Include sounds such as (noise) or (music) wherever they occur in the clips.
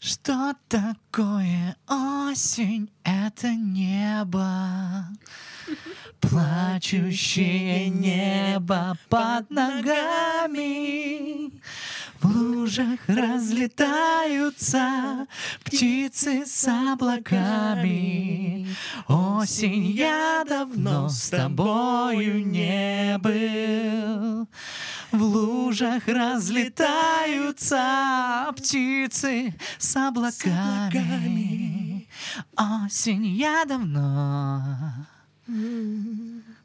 Что такое осень? Это небо. Плачущее небо под ногами. В лужах разлетаются птицы с облаками. Осень, я давно с тобою не был. В лужах разлетаются птицы с облаками. Осень, я давно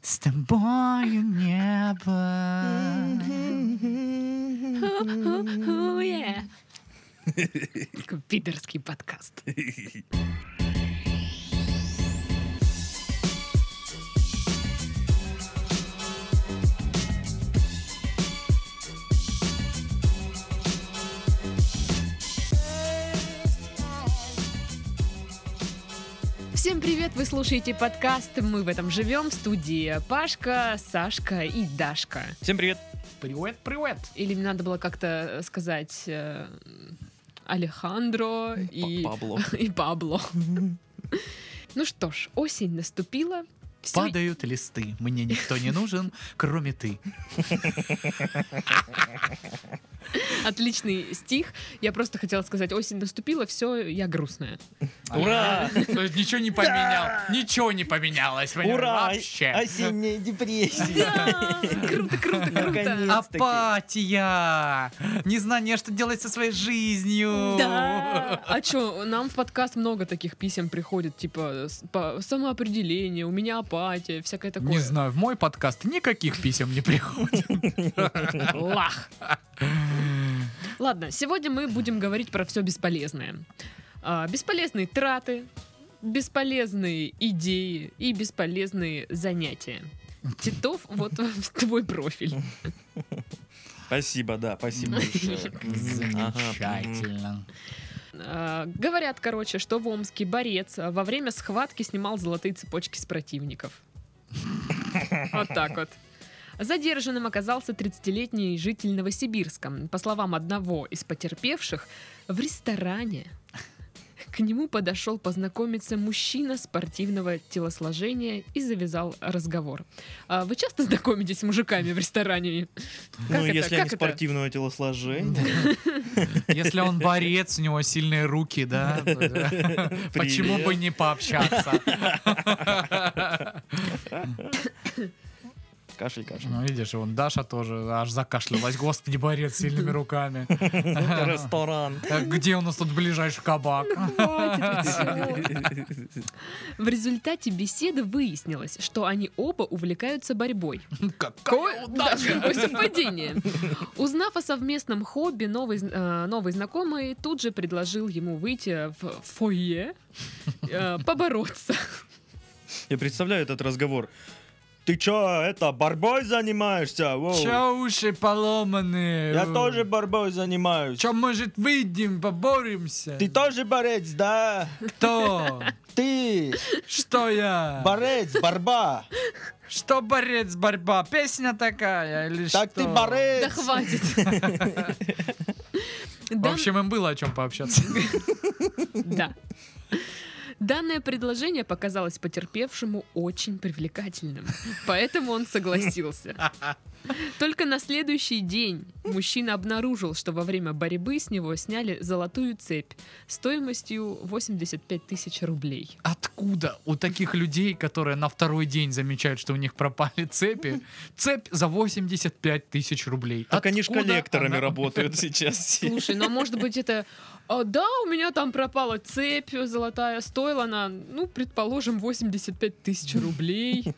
с тобою не был. Уе. Какой Пидорский подкаст. Всем привет! Вы слушаете подкаст «Мы в этом живем» в студии Пашка, Сашка и Дашка. Всем привет! Привет, привет! Или мне надо было как-то сказать э, Алехандро и, Па- Пабло. (laughs) и Пабло. Ну что ж, осень наступила. Всё- Падают листы, мне никто не нужен, кроме ты. Отличный стих. Я просто хотела сказать, осень наступила, все, я грустная. (laughs) Ура! То есть ничего не поменял. Ничего не поменялось. понимаешь? Ура! Вообще. Осенняя депрессия! Да, Круто, круто, круто. Наконец-таки. Апатия! Незнание, что делать со своей жизнью. Да. А что, нам в подкаст много таких писем приходит, типа с- по самоопределение, у меня апатия, всякое такое. Не знаю, в мой подкаст никаких писем не приходит. Лах. Ладно, сегодня мы будем говорить про все бесполезное. А, Бесполезные траты, бесполезные идеи и бесполезные занятия. Титов, вот (laughs) твой профиль. (laughs) Спасибо, да, спасибо большое. Ага. Замечательно. А, Говорят, короче, что в Омске борец а, во время схватки снимал золотые цепочки с противников. Вот так вот. Задержанным оказался 30-летний житель Новосибирска. По словам одного из потерпевших, в ресторане к нему подошел познакомиться мужчина спортивного телосложения и завязал разговор. А Вы часто знакомитесь с мужиками в ресторане? Как Ну, это? если они Как это? спортивного телосложения. Если он борец, у него сильные руки, да? Почему бы не пообщаться? Кашель, кашель. Ну, видишь, вон Даша тоже аж закашлялась. Господи, борец с сильными руками. (laughs) Ресторан. Так, Где у нас тут ближайший кабак? Ну, (laughs) Хватит, всё. В результате беседы выяснилось, что они оба увлекаются борьбой. Какая удача! (laughs) Какое совпадение! Узнав о совместном хобби, новый, зн- э, новый знакомый тут же предложил ему выйти в фойе, э, побороться. Я представляю этот разговор. Ты чё, это, борьбой занимаешься? Воу. Чё уши поломаны? Я тоже борьбой занимаюсь. Чё, может, выйдем, поборемся? Ты тоже борец, да? Кто? (laughs) Ты Что я? борец, борьба. Что борец, борьба? Песня такая или Так что? ты борец. Да хватит! В (laughs) Дан- общем, им было о чем (laughs) пообщаться. Да. (laughs) Данное предложение показалось потерпевшему очень привлекательным, поэтому он согласился. Только на следующий день мужчина обнаружил, что во время борьбы с него сняли золотую цепь стоимостью 85 тысяч рублей. Откуда у таких людей, которые на второй день замечают, что у них пропали цепи, цепь за 85 тысяч рублей? Так они ж Откуда коллекторами она? работают сейчас. (laughs) все. Слушай, ну а может быть это... «А, да, у меня там пропала цепь золотая, стоила она, ну, предположим, 85 тысяч рублей.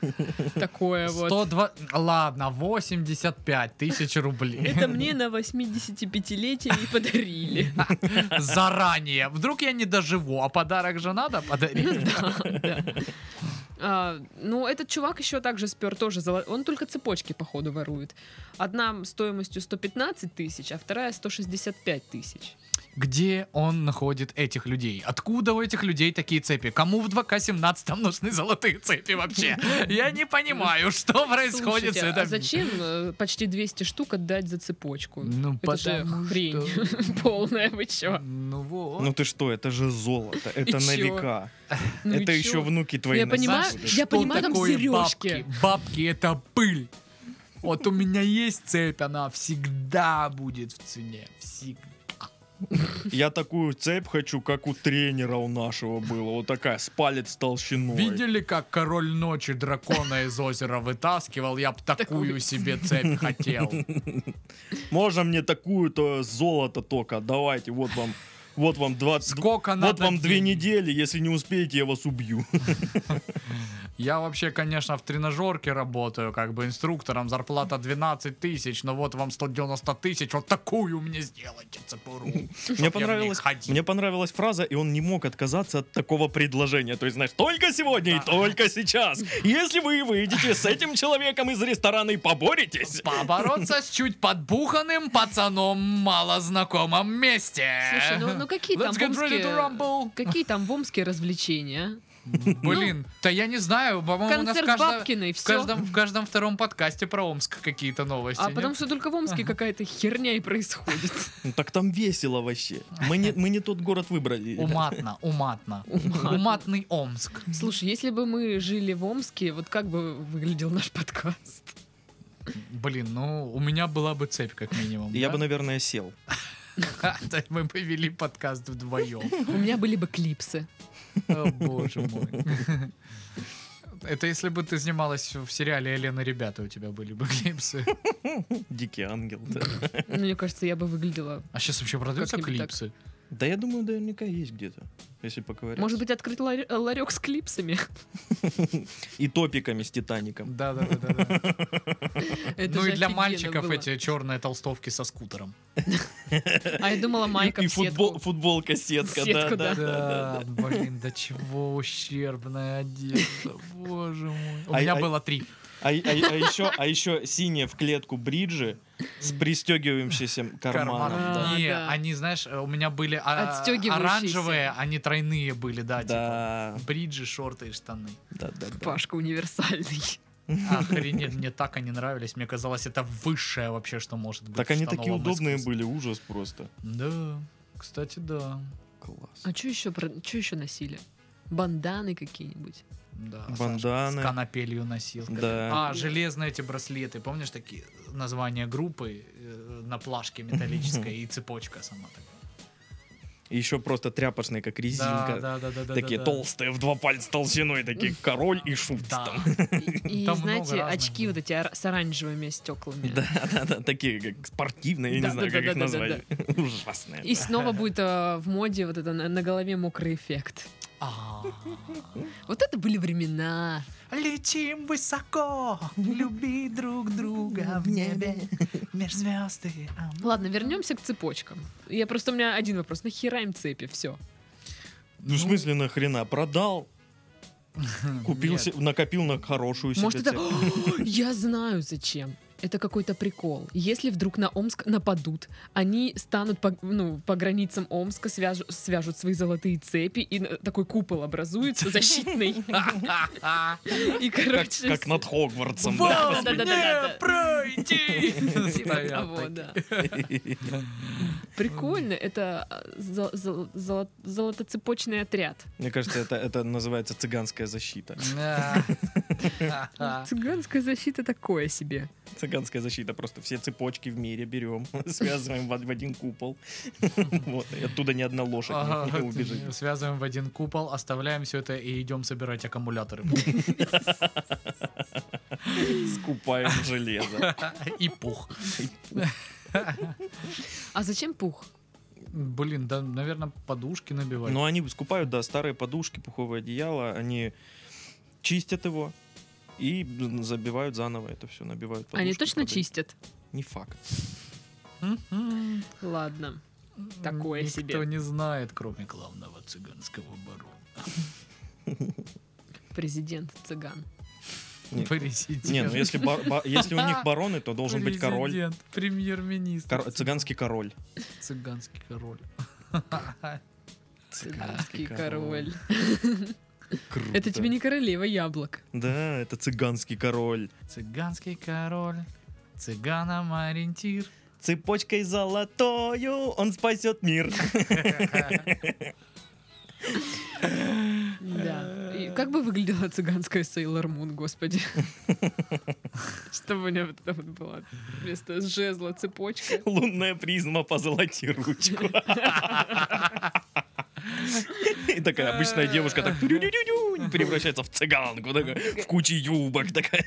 Такое вот. 102... Ладно, 85 тысяч рублей. (laughs) Это мне на 85-летие и подарили. Заранее. Вдруг я не доживу, а подарок же надо подарить. (laughs) А, Ну, этот чувак еще также спер тоже. золо- Он только цепочки, походу, ворует. Одна стоимостью 115 тысяч, а вторая 165 тысяч. где он находит этих людей. Откуда у этих людей такие цепи? Кому в 2К17 нужны золотые цепи (laughs) вообще? Я не понимаю, что происходит с Слушайте, этой- а зачем э, почти 200 штук отдать за цепочку? Ну, Это же потому хрень (laughs) что- (laughs) полная, вы чё? Ну вот. Ну ты что, это же золото, это на чё? века. Ну и это чё? еще внуки твои. я носить понимаю, будут. Что я понимаю, там такое сережки. Бабки? Бабки это пыль. Вот у меня есть цепь, она всегда будет в цене. Всегда. Я такую цепь хочу, как у тренера у нашего было. Вот такая, с палец толщиной. Видели, как король ночи дракона из озера вытаскивал? Я б такую Такую. себе цепь (laughs) хотел. Можно мне такую-то золото только? Давайте, вот вам, вот вам 20... Сколько надо вот вам две денег? недели, если не успеете, я вас убью. Я вообще, конечно, в тренажерке работаю, как бы инструктором, зарплата 12 тысяч, но вот вам 190 тысяч, вот такую мне сделайте цепуру. чтоб я Мне в ней понравилась, ходил. мне понравилась фраза, и он не мог отказаться от такого предложения. То есть, знаешь, только сегодня и Да. только сейчас. Если вы выйдете с этим человеком из ресторана и поборетесь, Побороться с чуть подбуханным пацаном мало знакомом месте. Слушай, ну, ну какие там Let's в get ready Омске- to rumble. Какие там в Омске развлечения? а? Блин, да я не знаю, по-моему, у нас Ну, Концерт ну каждо- Бабкиной, в, все. каждом, в каждом втором подкасте про Омск какие-то новости. А нет? потому что только в Омске какая-то херня и происходит. Ну, так там весело вообще. Мы не, мы не тот город выбрали. Уматно, уматно. Уматный Омск. Слушай, если бы мы жили в Омске, вот как бы выглядел наш подкаст? Блин, ну у меня была бы цепь, как минимум. Я да? (laughs) бы, наверное, сел. Да, Мы повели подкаст вдвоем. У меня были бы клипсы. О, боже мой. (laughs) Это если бы ты снималась в сериале «Елена, ребята» у тебя были бы клипсы. Дикий ангел. Да, (laughs) Ну, Мне кажется, я бы выглядела... А сейчас вообще продаются Как-нибудь так. клипсы? Да я думаю, наверняка есть где-то. Если поговорить. Может быть, открыть лар- ларек с клипсами? И топиками с Титаником. Да, да, да, да. Это Ну же и для офигенно мальчиков было. эти черные толстовки со скутером. А я думала, майка и и в сетку. футбол, футболка сетка. Сетку, да, да. да, Да, блин, до чего ущербная одежда, боже мой. У Ай, меня ай. было три. А, а- а еще, а еще синие в клетку бриджи с пристегивающимся карманом. карманов. да. А, Не, да. они, знаешь, э, у меня были а, Отстегивающиеся. оранжевые, они тройные были, да, типа. Да, Бриджи, шорты и штаны. да, да, да. Пашка универсальный. Охренеть, мне так они нравились. Мне казалось, это высшее вообще, что может быть. Так в они такие штановом удобные искусстве. были, ужас просто. Да, кстати, да. Класс. А что еще, про... чё еще носили? Банданы какие-нибудь. да Банданы. Саша С канапелью носил. Да. А, железные эти браслеты. Помнишь такие названия группы э, на плашке металлической и цепочка сама такая? И еще просто тряпочные, как резинка. Да, да, да, да, да. такие да, да. толстые, в два пальца толщиной, такие король и шут Да. там. И, Там много знаете, разных очки было. вот эти ора- с оранжевыми стеклами. Да, да, да, такие как спортивные, я Да, не знаю, да, как да, их да, да, назвать. (laughs) Ужасные. И снова будет э, в моде вот это на, на голове мокрый эффект. А. Вот это были времена. Летим высоко, люби друг друга в небе, меж звезды. Ладно, вернемся к цепочкам. Я просто у меня один вопрос. Нахера им цепи? Все. Ну, в смысле, нахрена? Продал, купил, се- накопил на хорошую себе Может, это... (laughs) цепь. О, (gasps) Я знаю зачем. Это какой-то прикол. Если вдруг на Омск нападут, они станут по, ну, по границам Омска, свяжу- свяжут свои золотые цепи, и на- такой купол (laughs) образуется защитный. (laughs) А, И, Как, короче... как над Хогвартсом. да. (laughs) Да, да, да, да, да, да. пройти! (laughs) Типа того, да. Прикольно, это а, зо- зо- золо- золотоцепочный отряд. (laughs) Мне кажется, это, это называется цыганская защита. Цыганская защита такое себе. Цыганская защита. Просто все цепочки в мире берем, (laughs) связываем в, од- в один купол. (laughs) Вот, и оттуда ни одна лошадь не- не убежит. Связываем в один купол, оставляем все это и идем собирать (laughs) аккумуляторы. Скупаем железо. И пух. А зачем пух? Блин, да, наверное, подушки набивать. Но они скупают, да, старые подушки, пуховое одеяло, они чистят его и забивают заново это все, набивают подушки. Они точно продают. чистят? Не факт. М-м. Ладно. Такое Никто себе. не знает, кроме главного цыганского барона. Президент цыган. (laughs) Нет. Президент. Не, ну если, ба- ба- если у (laughs) них бароны, то должен быть король. Президент, Премьер-министр. Кор- цыганский король. Цыганский король. Цыганский король. король. Ну Круто. Это тебе не королева яблок. Да, это цыганский король. Цыганский король, цыганам ориентир. Цепочкой золотою он спасет мир. Да. Э. И как бы выглядела цыганская Сейлор (laughs) Мун, господи. Что у меня вот там вот было? Вместо жезла цепочка. Лунная призма позолоти ручку. И такая обычная девушка так «Тю-дю-дю-дю» превращается в цыганку, такая, в кучу юбок такая.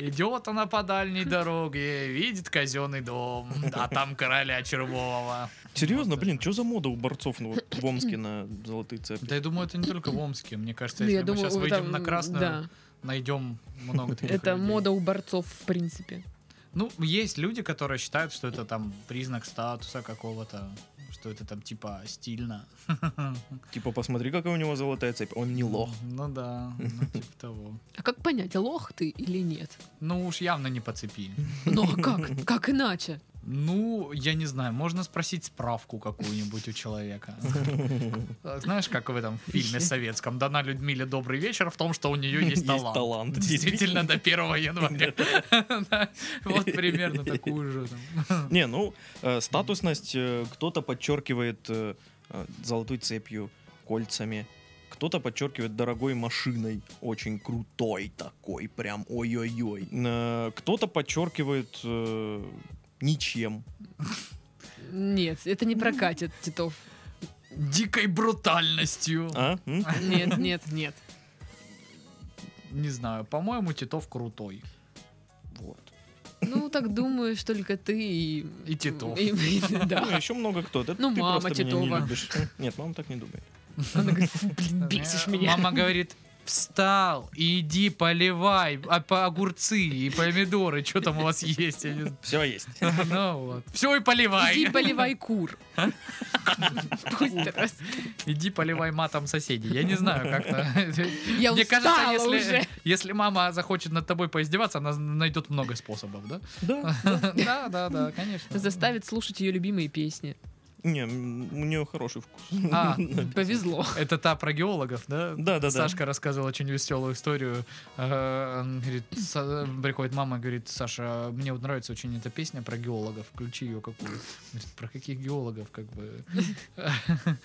Идет она по дальней дороге, видит казенный дом, а там короля червового. Серьезно, блин, что за мода у борцов ну, вот в Омске на золотые цепи? Да я думаю, это не только в Омске. Мне кажется, Ну, если я мы думаю, сейчас вот выйдем там, на красную, Да, найдем много (laughs) таких это людей. мода у борцов, в принципе. Ну, есть люди, которые считают, что это там признак статуса какого-то, что это там типа стильно. Типа, посмотри, какая у него золотая цепь. Он не лох. Ну да, ну, типа того. А как понять, лох ты или нет? Ну уж явно не по цепи. Ну а как? (laughs) Как иначе? Ну, я не знаю, можно спросить справку какую-нибудь у человека. Э, Знаешь, как в этом фильме советском дана Людмиле добрый вечер в том, что у нее есть талант. (laughs) талант. Действительно, до 1 января. (laughs) Да, Вот примерно такую же. там. (laughs) Не, ну, э, статусность э, кто-то подчеркивает э, э, золотой цепью, кольцами. Кто-то подчеркивает дорогой машиной, очень крутой такой, прям ой-ой-ой. Э, Кто-то подчеркивает э, ничем. Нет, это не прокатит, Титов. Дикой брутальностью. А? М? Нет, нет, нет. Не знаю, по-моему, Титов крутой. Вот. Ну, так думаешь только ты и... И Титов. и- и- Ну, Да. еще много кто. Да Ну, ты мама просто меня не Титова. любишь. Нет, мама так не думает. Она говорит, «Фу, блин, бесишь Э, меня. Мама говорит, встал, и иди поливай а, по огурцы и помидоры, что там у вас есть. я не знаю». Все (laughs) есть. Ну вот. Все и поливай. Иди поливай кур. Пусть раз. Иди поливай матом соседей. Я не знаю, как-то. (laughs) Я Мне кажется, устала уже. если, если мама захочет над тобой поиздеваться, она найдет много способов, да? Да. (laughs) Ну. Да, да, да, конечно. Заставит слушать ее любимые песни. Не, м, у нее хороший (laughs) вкус. А, Повезло. Это та про геологов, да? Да, да, да. Сашка рассказывал очень веселую историю. Э, он Говорит, Са- приходит мама, говорит, Саша, мне вот нравится очень эта песня про геологов, включи ее какую. Он Говорит, про каких геологов, как (laughs) бы. (laughs)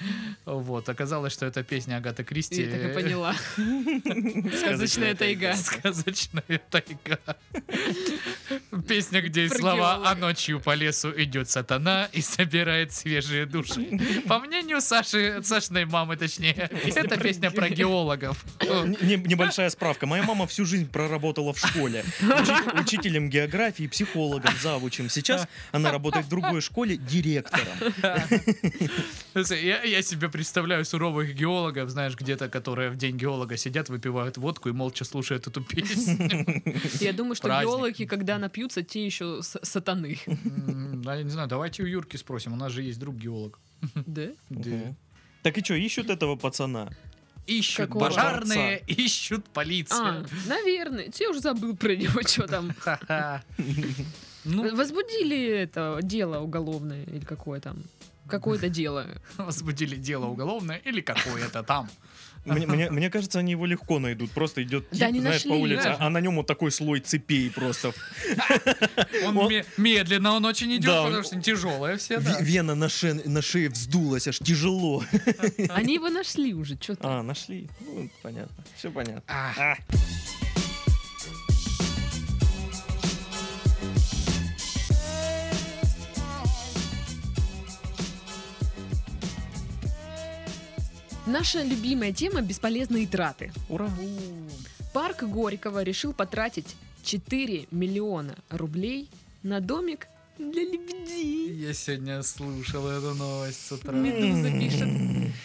Вот, оказалось, что это песня Агаты Кристи. Я так и поняла. Сказочная тайга. Сказочная тайга. Песня, где есть Про слова геолога. «А ночью по лесу идет сатана и собирает свежие души». По мнению Саши, Сашиной мамы, точнее, это песня про геологов. Н- не- небольшая справка. Моя мама всю жизнь проработала в школе. Учи- учителем географии, психологом, завучем. Сейчас она работает в другой школе директором. Слушай, Я, я себе представляю суровых геологов, знаешь, где-то, которые в день геолога сидят, выпивают водку и молча слушают эту песню. Я думаю, что Праздник. геологи, когда напьются, те еще с- сатаны. М, да, Я не знаю, давайте у Юрки спросим, у нас же есть друг геолог. Да? Да. Так и что, ищут этого пацана? Ищут Какого? пожарные, ищут полиция. А, наверное. Я уже забыл про него, что там. Ха-ха. Ну, Возбудили это дело уголовное или какое там? Какое-то дело. (laughs) возбудили дело уголовное или какое-то там. (laughs) Мне, мне- мне кажется, они его легко найдут. Просто идет тип, Да, не знаешь, по нашли, улице, да. а на нем вот такой слой цепей просто. Он Он- ме- медленно, он очень идет, Да, он- потому что тяжелая все. да. Ви- Вена на, ше- на шее вздулась, аж тяжело. Они его нашли уже, что то А, нашли. Ну, понятно. Все понятно. А, А. Наша любимая тема – бесполезные траты. Ура. Парк Горького решил потратить 4 миллиона рублей на домик для лебедей. Я сегодня слушал эту новость с утра. Медуза пишет.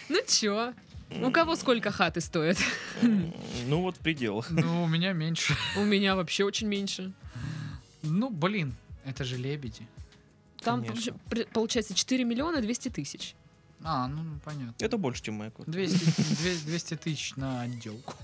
Ну чё? У кого сколько хаты стоит? Ну вот в пределах. Ну, у меня меньше. У меня вообще очень меньше. Ну, блин, это же лебеди. Там Конечно. получ- при- получается 4 миллиона 200 тысяч. А, ну, понятно. Это больше, чем моя квартира. 200, 200 200 тысяч на отделку.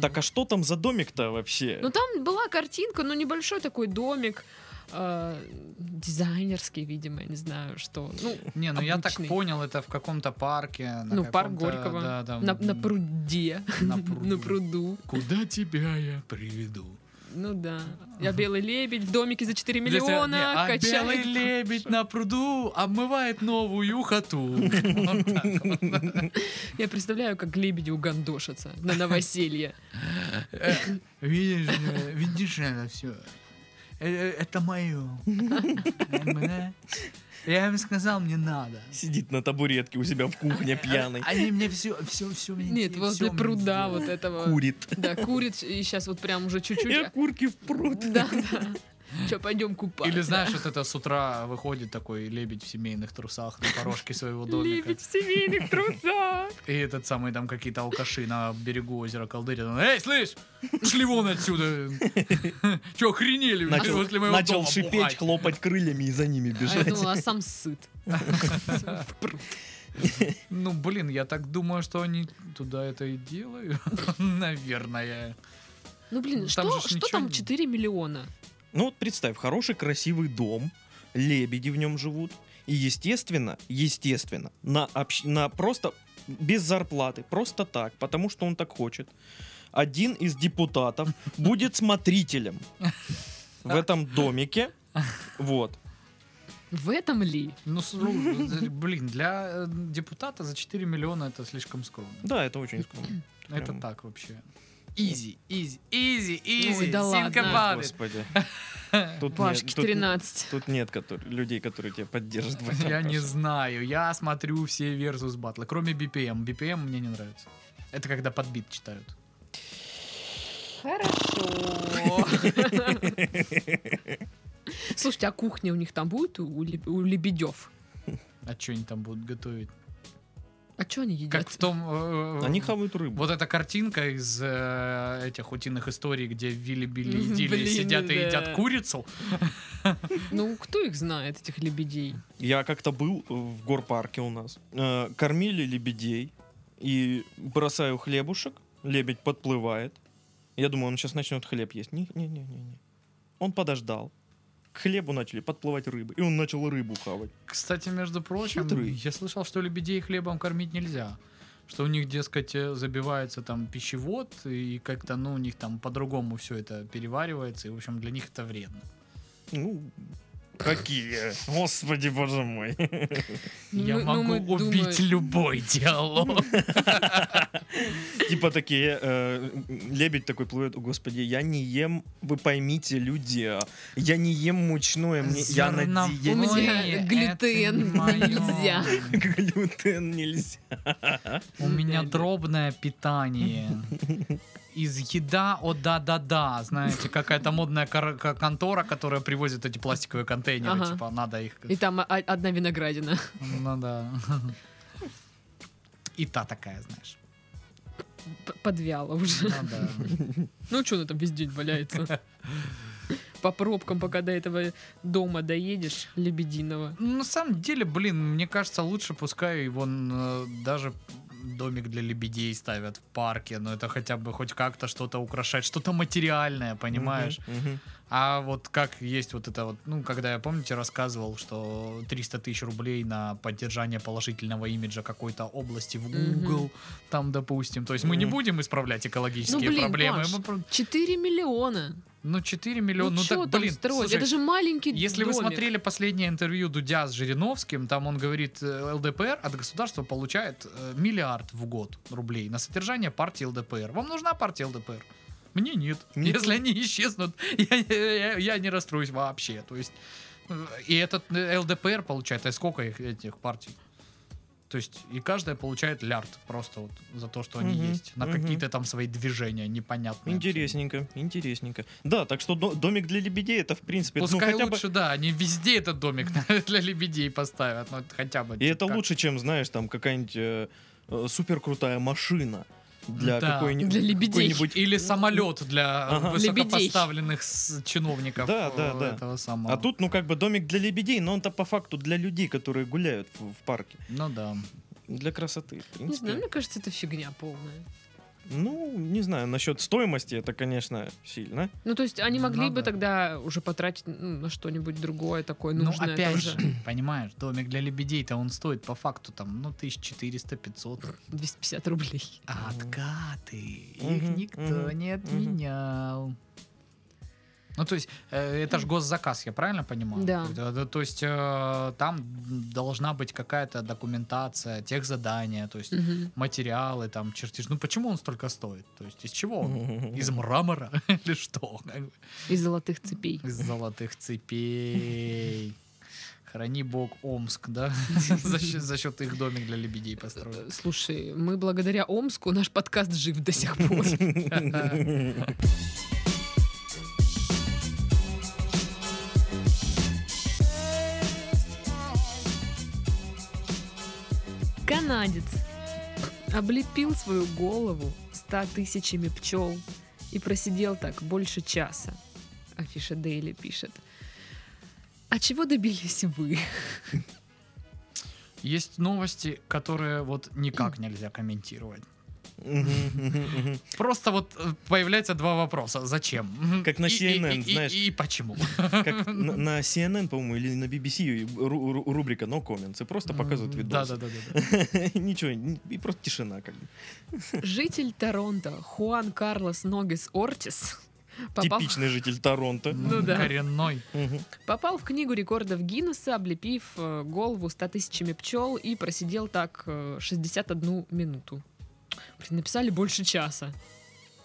Так а что там за домик-то вообще? Ну там была картинка, ну небольшой такой домик. э, дизайнерский, видимо, я не знаю, что. Ну, Не, ну я так Обычный. понял, это в каком-то парке. на ну парк каком-то, Горького. да, там, на, на пруде. на (laughs) На пруду. пруду. Куда тебя я приведу? Ну да. Я белый лебедь в домике за 4 Если- не, миллиона а белый качает. лебедь на пруду обмывает новую хату. Я представляю, как лебеди угандошатся (laughs) на новоселье. Э, Видишь, э, видишь это все. Это мое. Я им сказал, мне надо. Сидит на табуретке у себя в кухне пьяный, Они мне все, все, все мне Нет, де- возле всё мне пруда сделали. вот этого. курит. Да, курит, и сейчас вот прям уже Я чуть-чуть. а, курки в пруд. Да, да. Че, пойдем купать. Или знаешь, вот это с утра выходит такой лебедь в семейных трусах на порожке своего домика. Лебедь (laughs) в семейных трусах. И этот самый там какие-то алкаши на берегу озера Колдыря. Эй, слышь, шли вон отсюда. (laughs) Че, охренели? вы Начал, А возле моего начал дома шипеть, бухать?» хлопать крыльями и за ними А я бежать. думала, а сам сыт. В пруд. Ну, блин, я так думаю, что они туда это и делают. (laughs) Наверное. Ну, блин, Там что, же ж что ничего там не- 4 миллиона? Ну вот представь, хороший красивый дом, лебеди в нем живут, и естественно, естественно, на, общ- на просто без зарплаты, просто так, потому что он так хочет, один из депутатов будет смотрителем в этом домике. Вот. В этом ли? Ну, слу- блин, для э, депутата за 4 миллиона это слишком скромно. Да, это очень скромно. Это Прям. так вообще. Изи, изи, изи, изи. да ладно. синкопады. Господи. Тут Пашки нет, тут, 13. тут нет котор- людей, которые тебя поддержат. (laughs) в этом, Я не Паша. знаю, я смотрю все versus батлы, кроме BPM. BPM мне не нравится. Это когда подбит читают. Хорошо. Слушайте, а кухня у них там будет у, у леб- у лебедев? А что они там будут готовить? А что они едят? Как в том... э, Они хавают рыбу. Вот эта картинка из э, этих утиных историй, где Вилли, Билли и (laughs) Мгм, Дилли блин, сидят и да. едят курицу. Ну, кто их знает, этих лебедей? Я как-то был э, в горпарке у нас. Э, Кормили лебедей. И бросаю хлебушек. Лебедь подплывает. Я думаю, он сейчас начнет хлеб есть. Не-не-не-не. Он подождал. К хлебу начали подплывать рыбы. И он начал рыбу хавать. Кстати, между прочим, Хитрый. я слышал, что лебедей хлебом кормить нельзя. Что у них, дескать, э, забивается там пищевод, и как-то, ну, у них там по-другому все это переваривается, и, в общем, для них это вредно. Ну, какие? Господи, боже мой. Ну, я мы- могу ну, мы убить думаем- любой диалог. Типа такие, э, лебедь такой плывет, о господи, я не ем, вы поймите, люди, я не ем мучное, мне, я на Зерновое (laughs) У диете. меня это глютен моё. (laughs) нельзя. (laughs) Глютен нельзя. У меня дробное питание. Из еда, о да-да-да, знаете, какая-то модная кор- к- контора, которая привозит эти пластиковые контейнеры, Ага. типа надо их... И там а- одна виноградина. (laughs) Ну да. И та такая, знаешь. П- Подвяла уже. (laughs) Ну да. Ну, что она там весь день валяется? По пробкам, пока до этого дома доедешь, лебединого. Ну, На самом деле, блин, мне кажется, лучше пускай его э, даже домик для лебедей ставят в парке, но это хотя бы хоть как-то что-то украшать, что-то материальное, понимаешь? Мгм, мгм. А вот как есть вот это вот, ну, когда я, помните, рассказывал, что 300 тысяч рублей на поддержание положительного имиджа какой-то области в Мгм. Google, там, допустим. То есть мы не Мгм. будем исправлять экологические Ну, блин, проблемы. Паш. мы про- 4 миллиона. Ну, 4 миллиона, ну, чё так, там блин, строить? слушай, Это же маленький если вы домик. смотрели последнее интервью Дудя с Жириновским, там он говорит, э, ЛДПР от государства получает э, миллиард в год рублей на содержание партии ЛДПР. Вам нужна партия ЛДПР? Мне нет. Нет. Если они исчезнут, (laughs) я, я- я не расстроюсь вообще. То есть, э, и этот э, ЛДПР получает, а сколько их этих партий? То есть, и каждая получает лярд просто вот за то, что они Мгм, есть. На мгм. какие-то там свои движения непонятные. Интересненько, интересненько. Да, так что до- домик для лебедей это в принципе ну, Пускай хотя бы- лучше, да, они везде этот домик (laughs) для лебедей поставят, ну это хотя бы. И это как- лучше, чем, знаешь, там какая-нибудь э, супер крутая машина для Да. какой-нибудь. Для лебедей. какой-нибудь- Или самолет для Ага. высокопоставленных с- чиновников Да, э, да, да. этого самого. А тут, ну, как бы домик для лебедей, но он-то по факту для людей, которые гуляют в, в парке. Ну да. Для красоты, в Не знаю, принципе. мне кажется, это фигня полная. Ну, не знаю, насчет стоимости это, конечно, сильно. Ну, то есть они Ну, могли бы надо. тогда уже потратить ну, на что-нибудь другое такое Ну, нужное. опять тоже. же, понимаешь, домик для лебедей-то он стоит по факту там, ну, 1400-500. 250 рублей. А Мгм. откаты, их Мгм, никто мгм, не мгм. отменял. Ну, то есть, э, это же госзаказ, я правильно понимаю? Да. То- то- То есть, э, там должна быть какая-то документация, техзадания, то есть, Мгм. материалы, там, чертеж. Ну, почему он столько стоит? То есть, из чего он? Из мрамора (laughs) или что? Как бы. Из золотых цепей. Из золотых (laughs) цепей. Храни бог Омск, (laughs) да? За счет, за счет их домик для лебедей построен. Э, Слушай, мы благодаря Омску наш подкаст жив до сих пор. Канадец облепил свою голову ста тысячами пчел и просидел так больше часа. Афиша Дейли пишет. А чего (laughs) добились вы? Есть новости, которые вот никак нельзя комментировать. Просто вот э, появляются два вопроса. Зачем? Как на И- и- CNN, и- и- знаешь. И почему? Как на на CNN, по-моему, или на BBC ру- ру- рубрика No Comments. И просто показывают видосы. Да-да-да. (laughs) Ничего, н- и просто тишина как бы. Житель Торонто Хуан Карлос Ногис Ортис попал, Типичный житель Торонто. Ну да. Коренной. Мгм. попал в книгу рекордов Гиннесса, облепив э, голову 100 тысячами пчел и просидел так э, 61 минуту. Блин, написали больше часа.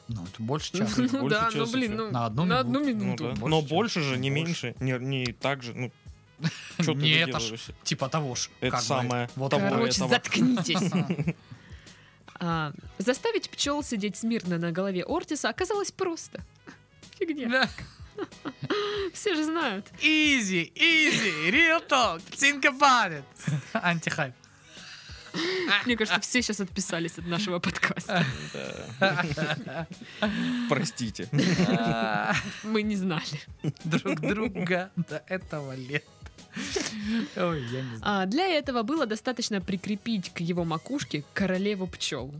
Ну, это больше (laughs) часа. Больше ну да, часа, ну блин, чё? ну, На одну на минуту. одну Ну минуту. да. Больше, Но чем- больше же, не больше. меньше. Не не так же. Ну, чё ты Не, это ж выделываешься? типа того ж. Это как бы. самое. Вот Того. того. Короче, этого. заткнитесь. А, заставить пчел сидеть смирно на голове Ортиса оказалось просто. Фигня. Да. Все же знают. Easy, easy, real talk, think about it. (laughs) Антихайп. Мне кажется, все сейчас отписались от нашего подкаста. Да. (laughs) Простите. А, Мы не знали. (laughs) Друг друга до этого лет. Ой, я не знаю. А, для этого было достаточно прикрепить к его макушке королеву пчел.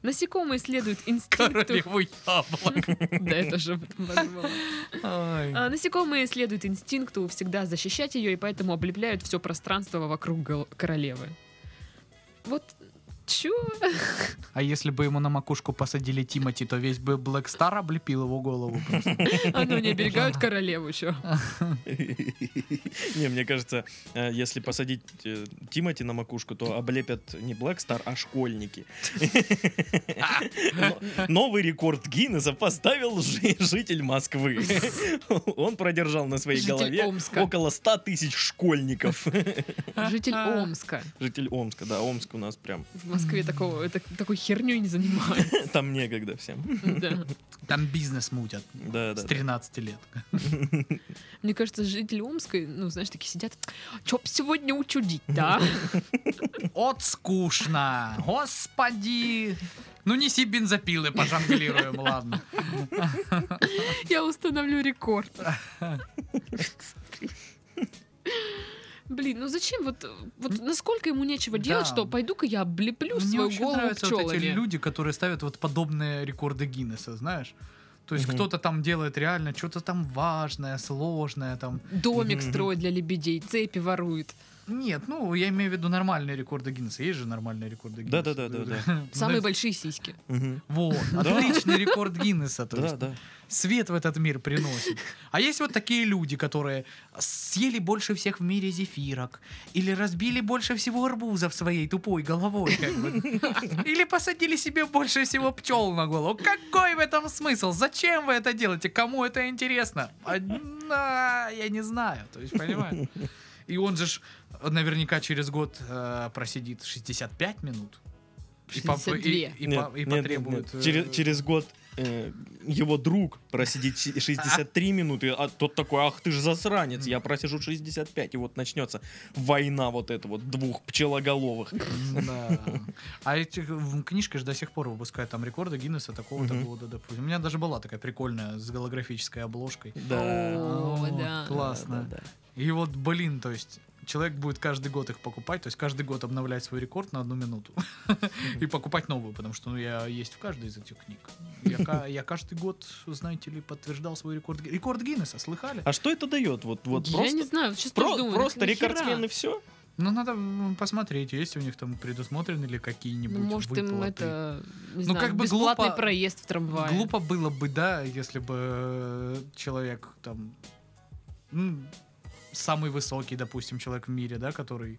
Насекомые следуют инстинкту... Королеву яблок. Да, это же возможно. Ой. А, Насекомые следуют инстинкту всегда защищать ее, и поэтому облепляют все пространство вокруг гол- королевы. Вот чё? А если бы ему на макушку посадили Тимати, то весь бы Блэк Стар облепил его (laughs) голову. просто. А ну не оберегают королеву, чё? А, (laughs) Не, мне кажется, э, если посадить э, Тимати на макушку, то облепят не Black Star, а школьники. Но- Новый рекорд Гиннесса поставил жи- житель Москвы. (laughs) Он продержал на своей Житель голове Омска. около 100 тысяч школьников. (laughs) Житель Омска. Житель Омска, да, Омск у нас прям. А, В Москве такого, это- такой херней (laughs) не занимают. Там некогда всем. Да. Там бизнес мутят. Да, да. С да. 13 лет. Мне кажется, жители Омска, ну, знаешь, такие сидят, чё б сегодня учудить, (laughs) да? От скучно. Господи. Ну неси бензопилы, пожонглируем, (laughs) ладно. Я (laughs) установлю рекорд. Блин, ну зачем вот, вот насколько ему нечего Да. делать, что пойду-ка я облеплю Мне свою очень голову нравятся вот эти пчелами. люди, которые ставят вот подобные рекорды Гиннесса, знаешь? То есть Мгм. кто-то там делает реально что-то там важное, сложное там. Домик Мгм. строит для лебедей, цепи ворует. Нет, ну я имею в виду нормальные рекорды Гиннесса. Есть же нормальные рекорды Гиннесса. Да-да-да-да-да. (laughs) Ну, Самые да, большие сиськи. Мгм. (laughs) Вот, отличный рекорд Гиннесса. То Да, есть да. свет в этот мир приносит. А есть вот такие люди, которые съели больше всех в мире зефирок, или разбили больше всего арбузов своей тупой головой, как бы. или посадили себе больше всего пчел на голову. Какой в этом смысл? Зачем вы это делаете? Кому это интересно? Одна, я не знаю. То есть, понимаешь? И он же ж наверняка через год э, просидит 65 минут. И, по- и- 62. и Нет, по- и нет, нет, потребует... нет. э, Через, через год э, его друг просидит щи- 63 минуты, а тот такой, ах ты ж засранец, я просижу 65, и вот начнется война вот эта вот двух пчелоголовых. Да. А эти в- книжки же до сих пор выпускают там рекорды Гиннесса такого-то Мгм. года, допустим. У меня даже была такая прикольная с голографической обложкой. О, Вот, да. Классно. Да, да, И вот, блин, то есть человек будет каждый год их покупать, то есть каждый год обновлять свой рекорд на одну минуту (laughs) и покупать новую, потому что ну, я есть в каждой из этих книг. Я, ка- я каждый год, знаете ли, подтверждал свой рекорд. Гин- Рекорд Гиннесса, слыхали? А что это дает? Вот, вот Я просто, не знаю, сейчас про- тоже думаю, просто нахера? рекордсмен и все? Ну, надо м, посмотреть, есть у них там предусмотрены ли Ну, какие-нибудь может, им выплаты. это, не Ну, знаю, как бы бесплатный глупо- проезд в трамвае. Глупо было бы, да, если бы э, человек там м, самый высокий, допустим, человек в мире, да, который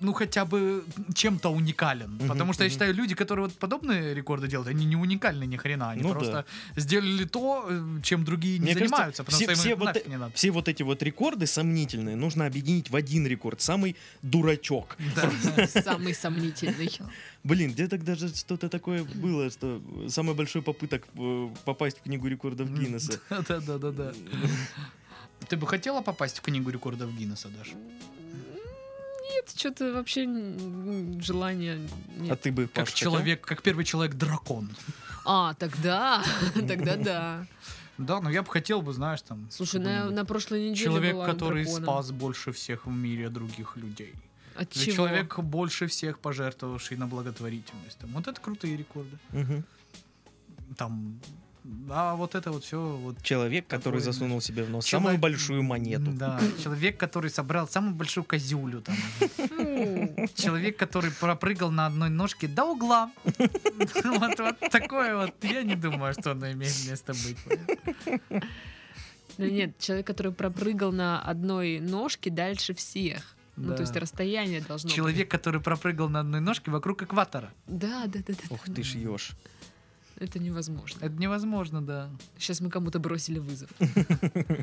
ну хотя бы чем-то уникален, Мгм, потому что я мгм. считаю, люди, которые вот подобные рекорды делают, они не уникальны ни хрена, они Ну да. просто сделали то, э, чем другие не Мне кажется, занимаются, потому все- что им все это вот нафиг э- не (laughs) надо. Все вот эти вот рекорды сомнительные нужно объединить в один рекорд. Самый дурачок. Да. (laughs) Самый сомнительный. Блин, где-то даже что-то такое было, что самый большой попыток э, попасть в книгу рекордов Гиннесса. (laughs) Да-да-да-да. Ты бы хотела попасть в книгу рекордов Гиннесса, Даша? Нет, что-то вообще м, желания А нет. ты бы, Как Паш, хотел? человек, как первый человек-дракон. А, тогда, (laughs) тогда да. Да, но я бы хотел бы, знаешь, там... Слушай, ну, на, какой-нибудь на прошлой неделе Человек, была который драконом. спас больше всех в мире других людей. От Или чего? Человек, больше всех пожертвовавший на благотворительность. Там, вот это крутые рекорды. Мгм. Там, а вот это вот все вот Человек, который Такой, засунул себе в нос Человек- самую большую монету. Да, человек, который собрал самую большую козюлю. Там. Фу. Человек, который пропрыгал на одной ножке до угла. Вот, вот такое вот. Я не думаю, что оно имеет место быть. Ну нет, человек, который пропрыгал на одной ножке дальше всех. Ну, Да. то есть расстояние должно быть. Человек, который пропрыгал на одной ножке вокруг экватора. Да, да, да, да. Ух ты ж ешь. Это невозможно. Это невозможно, да. Сейчас мы кому-то (laughs) бросили вызов.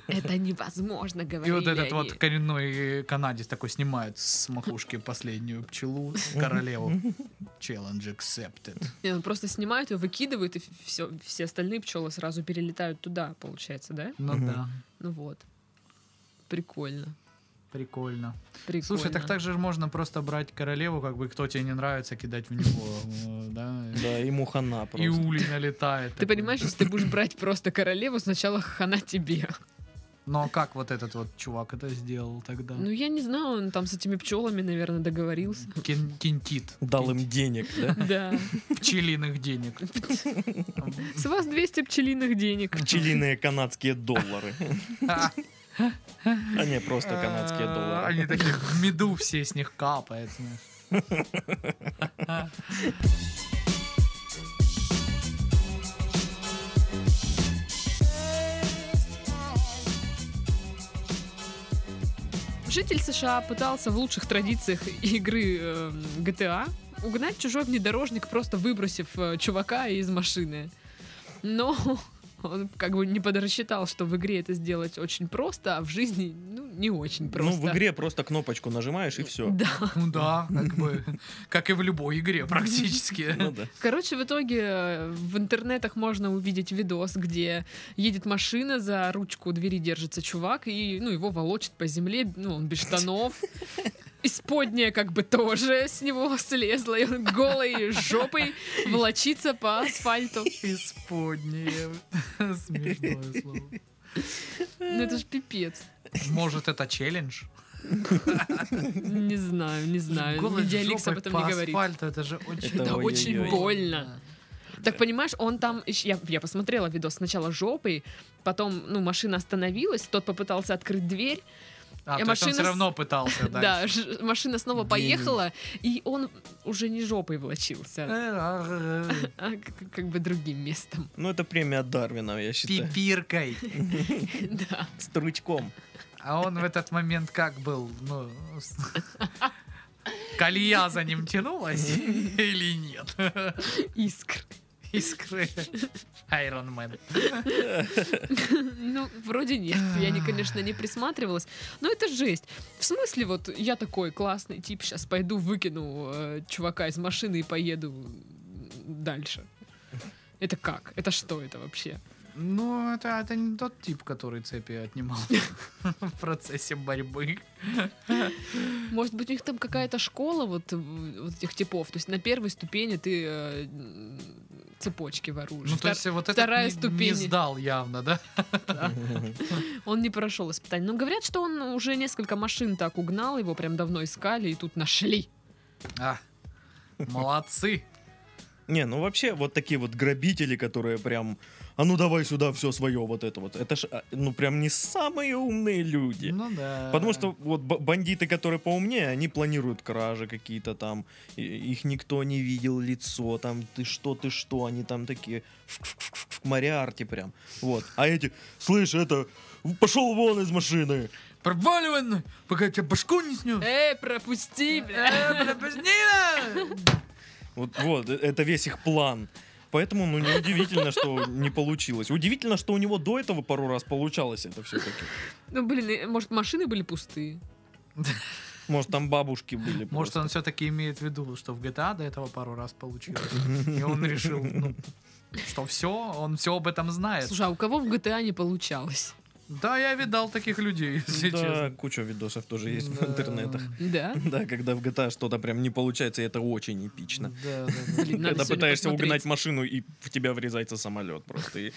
Это невозможно, И говорили вот этот вот Ну они. коренной э, канадец такой снимает с макушки последнюю пчелу, королеву. Challenge accepted. Не, ну просто снимают ее, выкидывают, и все, все остальные пчелы сразу перелетают туда, получается, да? Ну Мгм. да, Ну вот. Прикольно. прикольно. Прикольно. Слушай, так так же ж можно просто брать королеву, как бы кто тебе не нравится, кидать в него, э, да? Да, ему хана просто. И улей налетает. Ты такой. понимаешь, если ты будешь брать просто королеву, сначала хана тебе. Ну а как вот этот вот чувак это сделал тогда? Ну, я не знаю, он там с этими пчелами, наверное, договорился. Кен- Кентит. Дал Кентит. им денег, да? (laughs) Да. пчелиных (laughs) денег. С вас 200 пчелиных денег. (laughs) Пчелиные канадские доллары. А, А не просто канадские э, доллары. Они такие в меду все с них капает. знаешь. Житель США пытался в лучших традициях игры э, GTA угнать чужой внедорожник, просто выбросив э, чувака из машины. Но (laughs) он как бы не подрасчитал, что в игре это сделать очень просто, а в жизни ну, не очень Ну, просто. в игре просто кнопочку нажимаешь и все. Да. Ну да, как бы, как и в любой игре практически. Ну да. Короче, в итоге э, в интернетах можно увидеть видос, где едет машина, за ручку двери держится чувак, и ну, его волочит по земле, ну, он без штанов. Исподняя как бы тоже с него слезла, и он голой жопой волочится по асфальту. Исподнее. Смешное слово. Ну это же пипец. Может, это челлендж? Не знаю, не знаю. Голой Медиаликс об жопой этом по не говорит. асфальту, это же очень... Это Ой-ой-ой. очень больно. Так понимаешь, он там, ищ- я, я посмотрела видос сначала жопой, потом, ну, машина остановилась, тот попытался открыть дверь, А, то есть И он машина все с- равно пытался (laughs) Да, (laughs) дальше. ж- машина снова Гений. поехала, и он уже не жопой влочился, Э, а, э, а к- к- как бы другим (laughs) местом. Ну, это премия от Дарвина, я считаю. Пипиркой. Да. С тручком. А он в этот момент как был? Ну, с- (laughs) колья за ним тянулась (laughs) или нет? (laughs) Искр. Искры. Iron Man. Ну, вроде нет. Я, не, конечно, не присматривалась. Но это жесть. В смысле, вот я такой классный тип, сейчас пойду выкину э, чувака из машины и поеду дальше. Это как? Это что это вообще? Ну, это, это не тот тип, который цепи отнимал в процессе борьбы. Может быть, у них там какая-то школа вот, э, вот этих типов. То есть на первой ступени ты э, м, цепочки в оружии. Ну, то Втор- есть вот вторая этот не- не ступень. сдал явно, да? Он не прошел испытание. Но говорят, что он уже несколько машин так угнал, его прям давно искали и тут нашли. А, молодцы. (laughs) Не, ну вообще вот такие вот грабители, которые прям, а ну давай сюда все свое, вот это вот. Это ж, а, ну прям не самые умные люди. Ну да. Потому что вот б- бандиты, которые поумнее, они планируют кражи какие-то там, и- их никто не видел лицо, там ты что, ты что, они там такие в Мариарте прям. Вот. А эти, слышь, это, пошел вон из машины. Проваливай, на- пока я тебе башку не Э, снес. Э, Эй, пропусти, бля. Вот, вот, э- это весь их план. Поэтому, ну, неудивительно, что не получилось. Удивительно, что у него до этого пару раз получалось это все-таки. Ну, блин, э, может, машины были пустые? Может, там бабушки были. Может, просто. он все-таки имеет в виду, что в GTA до этого пару раз получилось. И он решил, ну, что все, он все об этом знает. Слушай, а у кого в GTA не получалось? Да, я видал таких людей, если Да, честно. куча видосов тоже есть в Да. интернетах. Да? (laughs) Да, когда в GTA что-то прям не получается, и это очень эпично. Да, да, да. Блин, надо Когда сегодня пытаешься посмотреть. угнать машину, и в тебя врезается самолет (laughs) просто. и-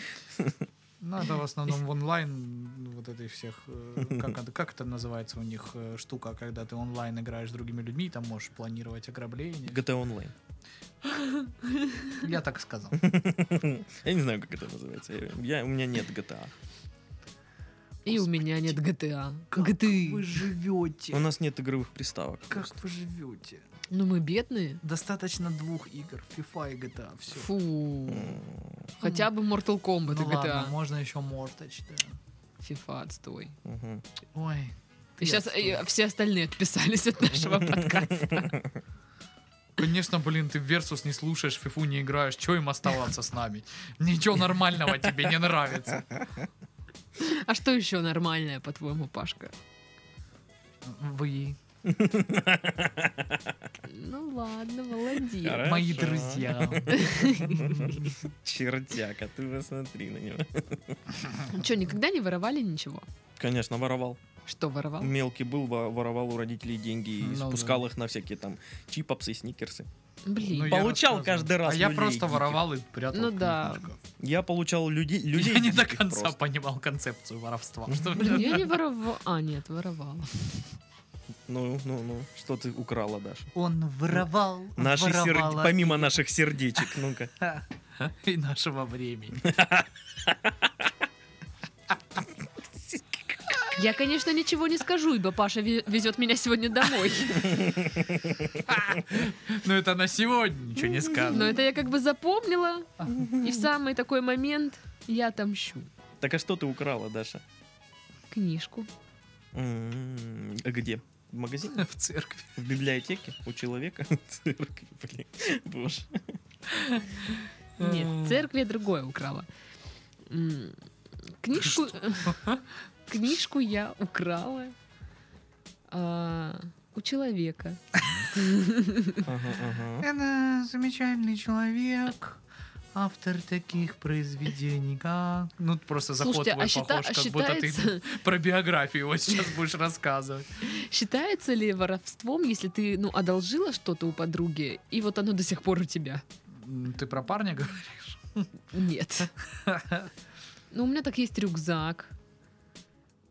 Надо в основном в онлайн ну, вот этой всех, э, (laughs) как, это- как это называется у них э, штука, когда ты онлайн играешь с другими людьми, и там можешь планировать ограбление. GTA Online. Я так (laughs) сказал. (laughs) Я не знаю, как это называется. Я, у меня нет GTA. И у меня нет а. GTA. Как GTA. вы У живете? нас нет игровых приставок. Как вы живете? Ну, мы бедные. Достаточно двух игр, FIFA и GTA, все. Фу. М. Хотя бы Mortal Kombat Ну и ладно, GTA. можно еще Мортач, да. FIFA, отстой. Мгм. Ой. И ты сейчас отстой. э, все остальные отписались от нашего подкаста. Конечно, блин, ты в Версус не слушаешь, в фифу не играешь. Че им оставаться с (laughs) нами? Ничего нормального тебе не нравится. А что еще нормальное, по-твоему, Пашка? Вы, Ну ладно, молодец. Хорошо. мои друзья. Чертяка, ты посмотри на него. (laughs) Че, никогда не воровали ничего? Конечно, воровал. Что воровал? Мелкий был, во- воровал у родителей деньги и Ну да. спускал их на всякие там чипопсы, сникерсы. Ну, Блин. я Получал рассказывал. каждый раз А я люлей просто диких. воровал и прятал. Ну в да. книжечках. Я получал людей. людей Я не до диких конца просто. понимал концепцию воровства. Что (laughs) (laughs) Блин, я не воровал. А, нет, воровала. Ну, ну, ну, что ты украла, Даша? Он воровал, Наши сер- Помимо наших сердечек, ну-ка. и нашего времени. Я, конечно, ничего не скажу, ибо Паша ве- везет меня (laughs) сегодня домой. Но это на сегодня ничего не Но скажет. это я как бы запомнила. И в самый такой момент я отомщу. Так а что ты украла, Даша? Книжку. М, а Где? В магазине? (laughs) В церкви. В библиотеке? У человека? (laughs) В церкви, блин. Боже. Нет, в церкви я другое украла. М, Книжку... (laughs) Книжку я украла а, у человека. Ага, ага. Это замечательный человек, автор таких произведений, как... Ну, просто заход Слушайте, твой а счита- похож, как будто ты считается, (laughs) про биографию вот сейчас будешь рассказывать. считается ли воровством, если ты ну, одолжила что-то у подруги, и вот оно до сих пор у тебя? М, Ты про парня говоришь? Нет. Ну, у меня так есть рюкзак.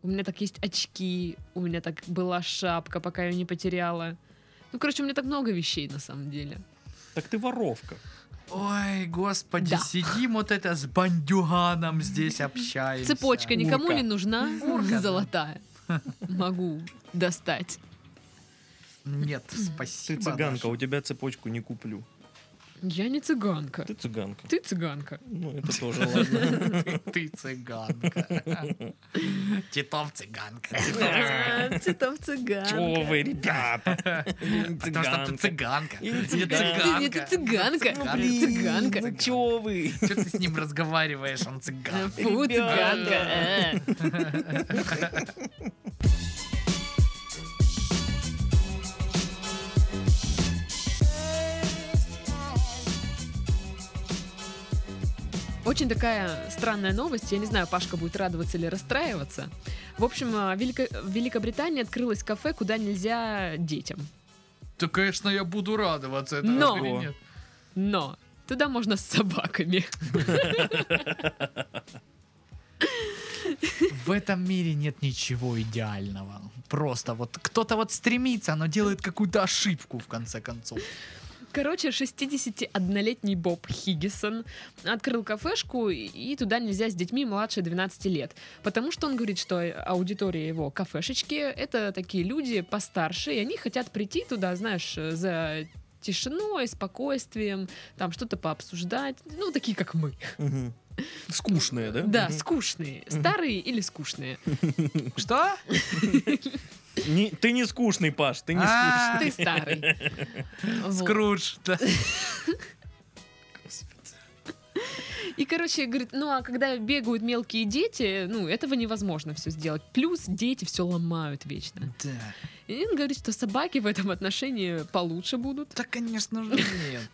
У меня так есть очки. У меня так была шапка, пока я ее не потеряла. Ну, короче, у меня так много вещей на самом деле. Так ты воровка. Ой, господи, Да. сидим вот это с бандюганом (laughs) здесь общаемся. Цепочка никому Урка. не нужна, Урка, да. золотая. Могу достать. Нет, Ты спасибо. цыганка, Даша. у тебя цепочку не куплю. Я не цыганка. Ты цыганка. Ты цыганка. Ну, (laughs) это тоже ладно. Ты цыганка. (laughs) Титов цыганка. Цветов цыганка. Чего вы, ребята? Я не (laughs) Потому что ты цыганка. цыганка. Я не Я цыганка. Ты не ты цыганка. Ну, Ты блин, цыганка. цыганка. Ну, чего вы? Че ты с ним разговариваешь, (laughs) он цыган. Фу, Ребята. цыганка. э. Очень такая странная новость. Я не знаю, Пашка будет радоваться или расстраиваться. В общем, а, Велика- в Великобритании открылось кафе, куда нельзя детям. Да, конечно, я буду радоваться. Но. разве нет? Но Туда можно с собаками. В этом мире нет ничего идеального. Просто вот кто-то вот стремится, но делает какую-то ошибку в конце концов. Короче, 61-летний Боб Хиггисон открыл кафешку, и- и туда нельзя с детьми младше 12 лет. Потому что он говорит, что аудитория его кафешечки — это такие люди постарше, и они хотят прийти туда, знаешь, за тишиной, спокойствием, там что-то пообсуждать. Ну, такие, как мы. Мгм. Скучное, да? Да, Мгм. скучные. Старые или скучные. Что? Не- ты не скучный, Паш, ты не А, Ты старый. (laughs) Вот. Скрудж. да. И, короче, говорит, ну а когда бегают мелкие дети, ну этого невозможно все сделать. Плюс дети все ломают вечно. Да. И он говорит, что собаки в этом отношении получше будут. Да, конечно же, нет.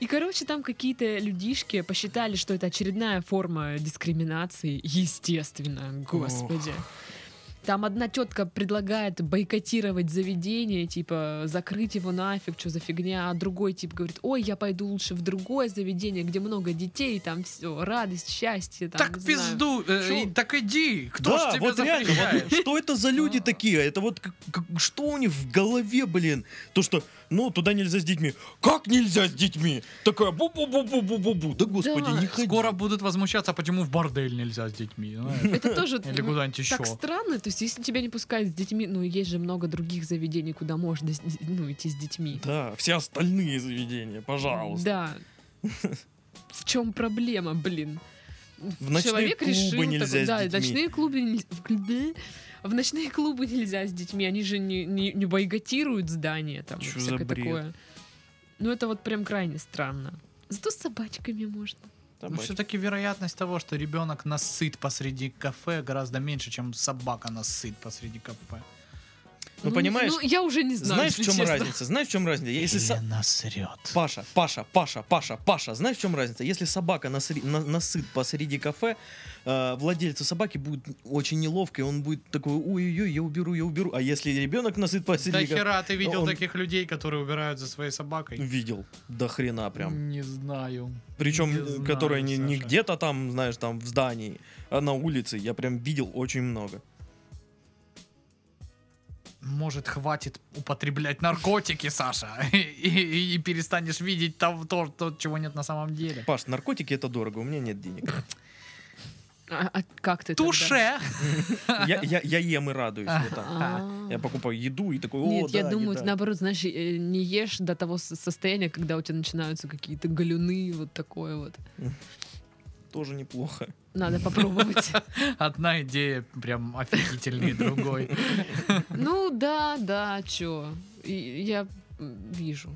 И, короче, там какие-то людишки посчитали, что это очередная форма дискриминации. Естественно, господи. Там одна тетка предлагает бойкотировать заведение, типа закрыть его нафиг, что за фигня, а другой тип говорит, ой, я пойду лучше в другое заведение, где много детей, там все, радость, счастье. Там, Так не знаю». пизду, э, Чё? и- так иди, кто да, ж тебе вот реально, вот запрещает? что это за люди такие? Это вот как- как- что у них в голове, блин? То, что, ну, туда нельзя с детьми. Как нельзя с детьми? Такая бу-бу-бу-бу-бу-бу-бу. Да, господи, Да. не ходи. Скоро будут возмущаться, а почему в бордель нельзя с детьми, (laughs) знаешь, Это тоже или Ну, м, куда-нибудь еще. так странно, то есть если тебя не пускают с детьми, ну есть же много других заведений, куда можно с- ну, идти с детьми. Да, все остальные заведения, пожалуйста. Да. В чем проблема, блин? В ночные Человек клубы решил, так- нельзя с да, детьми. ночные клубы нельзя. В, клубы- в ночные клубы нельзя с детьми, они же не, не, не бойготируют здание там. и Чё за всякое бред? такое. Ну это вот прям крайне странно. Зато с собачками можно. Ну, Там, бать, все-таки вероятность того, что ребенок насыт посреди кафе, гораздо меньше, чем собака насыт посреди кафе. Ну, не- понимаешь, Ну я уже не знаю. Знаешь, в если чем честно. разница? Знаешь, в чем разница? Если со- Или насрет. Паша, Паша, Паша, Паша, Паша, знаешь, в чем разница? Если собака насри- на- насыт посреди кафе, э, владельцу собаки будет очень неловко, и он будет такой, ой-ой-ой, я уберу, я уберу. А если ребенок насыт Да посреди кафе... хера, ты видел Он- таких людей, которые убирают за своей собакой? Видел, до хрена прям. Не знаю. Не Причем, знаю, которая не, не Саша. где-то там, знаешь, там в здании, а на улице. Я прям видел очень много. Может, хватит употреблять наркотики, Саша, (laughs) и, и- и перестанешь видеть того, то, то, чего нет на самом деле. Паш, наркотики это дорого, у меня нет денег. А, а как ты? тогда? Туше! Я, я, я ем и радуюсь. вот так. А. Я покупаю еду и такой, о, Нет, я да, думаю, еда». ты, наоборот, знаешь, э, не ешь до того со- состояния, когда у тебя начинаются какие-то галюны, вот такое вот. Тоже неплохо. Надо (laughs) попробовать. (laughs) Одна идея прям офигительнее другой. Ну да, да, чё. И Я м, вижу.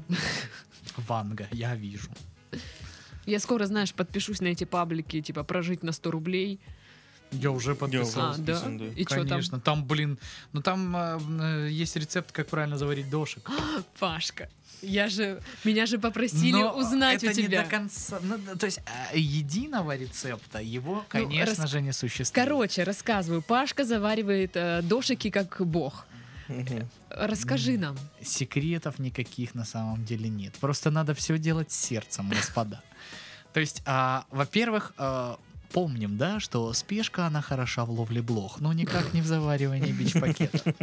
Ванга, я вижу. Я скоро, знаешь, подпишусь на эти паблики, типа, прожить на 100 рублей. Я уже А, подписался. уже. да? Подписан, да. И чё там? Конечно, там, блин, ну там э, э, есть рецепт, как правильно заварить (gasps) дошик. Пашка, я же, меня же попросили Но узнать это у тебя. не до конца. ну, да, то есть э, единого рецепта его, конечно Ну, рас- же, не существует. Короче, рассказываю. Пашка заваривает э, дошики как бог. Мгм. Расскажи нам. секретов никаких на самом деле нет. Просто надо все делать сердцем, а господа. То есть, а, во-первых, а, помним, да, что спешка, она хороша в ловле блох, но никак не в заваривании бич-пакета.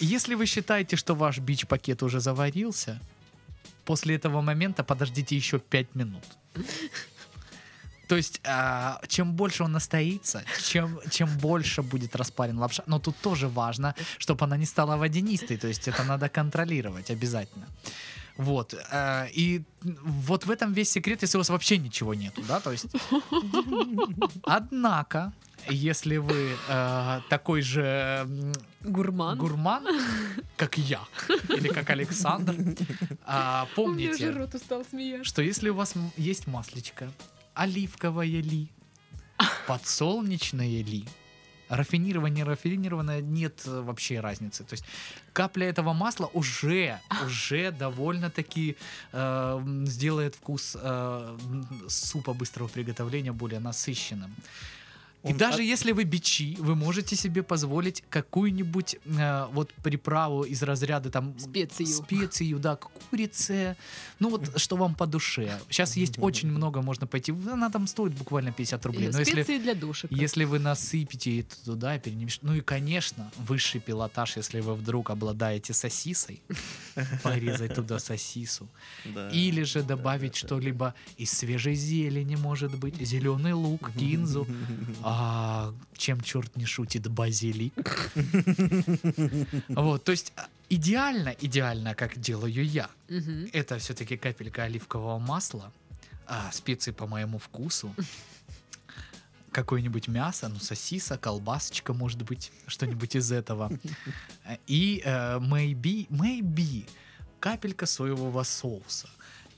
Если вы считаете, что ваш бич-пакет уже заварился, после этого момента подождите еще 5 минут. То есть, а, чем больше он настоится, чем, чем больше будет распарен лапша. Но тут тоже важно, чтобы она не стала водянистой. То есть, это надо контролировать обязательно. Вот. а, и вот в этом весь секрет, если у вас вообще ничего нету, да? То есть... Однако, если вы э, такой же м, Гурман. гурман, как я, или как Александр, э, а, У меня помните же рот устал смеяться. что если у вас м- есть маслечко, оливковое ли, подсолнечное ли, рафинированное, рафинированное, нет э, вообще разницы. То есть капля этого масла уже, уже довольно-таки э, м, сделает вкус э, м, супа быстрого приготовления более насыщенным. И даже если вы бичи, вы можете себе позволить какую-нибудь э, вот приправу из разряда там Специю. специю, да, к курице, ну вот что вам по душе. Сейчас есть очень много, можно пойти, она там стоит буквально 50 рублей. Э, Но Ну, если Э, Специи для душек. если вы насыпете это туда и перенесете, ну и конечно высший пилотаж, если вы вдруг обладаете (laughs) сосисой, порезать туда сосису. Да, Или же да, добавить да, да. что-либо из свежей зелени, может быть, зеленый лук, кинзу, а, чем черт не шутит, базилик. (laughs) Вот, то есть а, идеально, идеально, как делаю я. Мгм. Это все-таки капелька оливкового масла, а, специи по моему вкусу, какое-нибудь мясо, ну сосиса, колбасочка, может быть, что-нибудь из (laughs) этого. Э, И э, maybe, maybe капелька соевого соуса.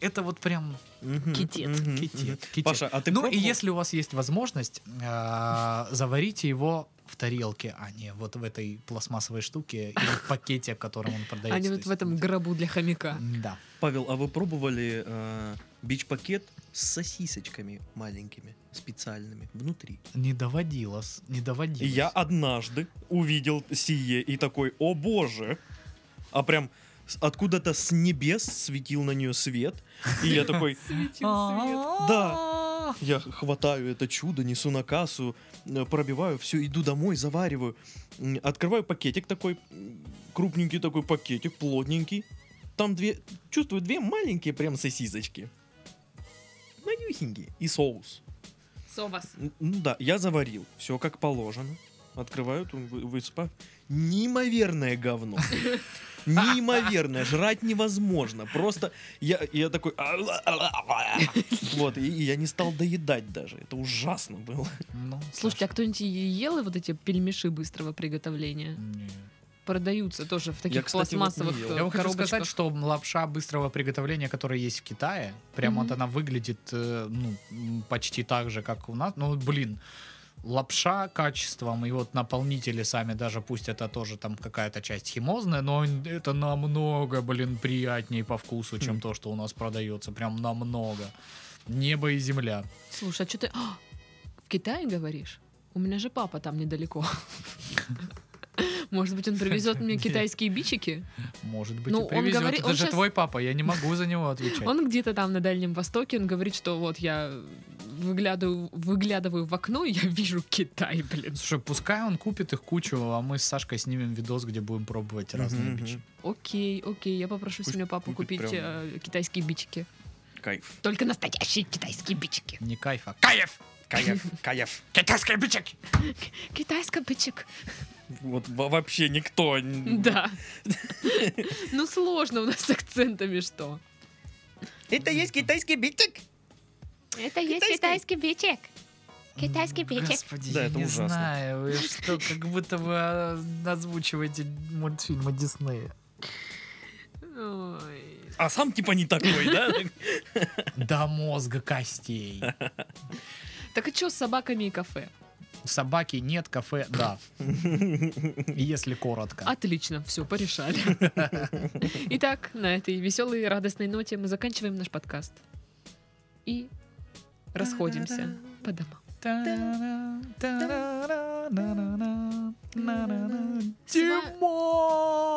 Это вот прям Мгм, Китец. мгм, мгм. китет. китет. Паша, а ты ну и пробовал? если у вас есть возможность, э, заварите его в тарелке, а не вот в этой пластмассовой штуке или в пакете, в котором он продается. (laughs) А не То вот есть, в этом гробу для хомяка. Да. Павел, а вы пробовали э, бич-пакет с сосисочками маленькими, специальными, внутри? Не доводилось, не доводилось. И я однажды увидел сие и такой, о боже! А прям с- откуда-то с небес светил на нее свет. И я такой, Да. я хватаю это чудо, несу на кассу, э, пробиваю все, иду домой, завариваю. М, Открываю пакетик такой, м, крупненький такой пакетик, плотненький. Там две, чувствую, две маленькие прям сосисочки. Манюхенькие. И соус. Совас. Н- Ну да, я заварил, все как положено. Открываю, там вы- выспав. Неимоверное говно. Неимоверное, жрать невозможно. Просто я, я такой... Вот, и, и я не стал доедать даже. Это ужасно было. Ну, Слушайте, а кто-нибудь е- ел вот эти пельмеши быстрого приготовления? Продаются тоже в таких кстати, вот не пластмассовых ел. э, Я вам хочу коробочках. сказать, что лапша быстрого приготовления, которая есть в Китае, прямо Мгм. вот она выглядит э, ну, м, почти так же, как у нас. Ну, блин, лапша качеством, и вот наполнители сами даже, пусть это тоже там какая-то часть химозная, но он- это намного, блин, приятнее по вкусу, чем Хм. то, что у нас продается. Прям намного. Небо и земля. Слушай, а что ты... А, В Китае говоришь? У меня же папа там недалеко. Может быть, он привезет мне Где? китайские бичики? Может быть, Ну, и он привезет. говорит- это он же щас- твой папа, я не могу за него отвечать. Он где-то там на Дальнем Востоке, он говорит, что вот я выглядываю, выглядываю в окно, и я вижу Китай, блин. Слушай, пускай он купит их кучу, а мы с Сашкой снимем видос, где будем пробовать разные Мгм, бичи. мгм. Окей, окей, я попрошу Пусть сегодня папу купит купить прям- э, китайские бичики. Кайф. Только настоящие китайские бичики. Не кайф, а кайф! Кайф. Кайф. Китайские бичики! Китайский бичик. Вот во- вообще никто... н- Да. (laughs) Ну сложно у нас с акцентами что. Это есть китайский битик? Это есть китайский бичек. Китайский бичек. Господи, Да, я это не ужасно. знаю, вы что, как будто вы а, озвучиваете мультфильмы Диснея. Ой. А сам типа не такой, да? До мозга костей. Так и что с собаками и кафе? Собаки нет, кафе да. Если А коротко. Отлично, (laughs) все, порешали. Итак, на этой веселой и радостной ноте мы заканчиваем наш подкаст. И расходимся по домам.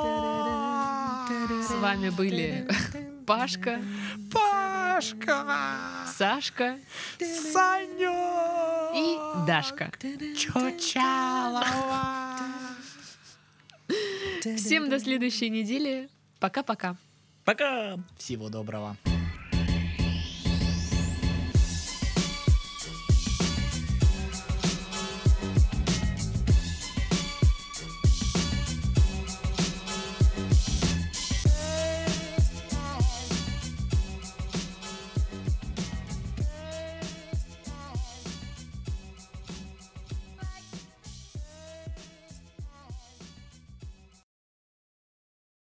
Димон! С вами были Пашка, Пашка! Сашка Саня! и Дашка. Чучалова! Всем до следующей недели. Пока-пока. Пока. Всего доброго.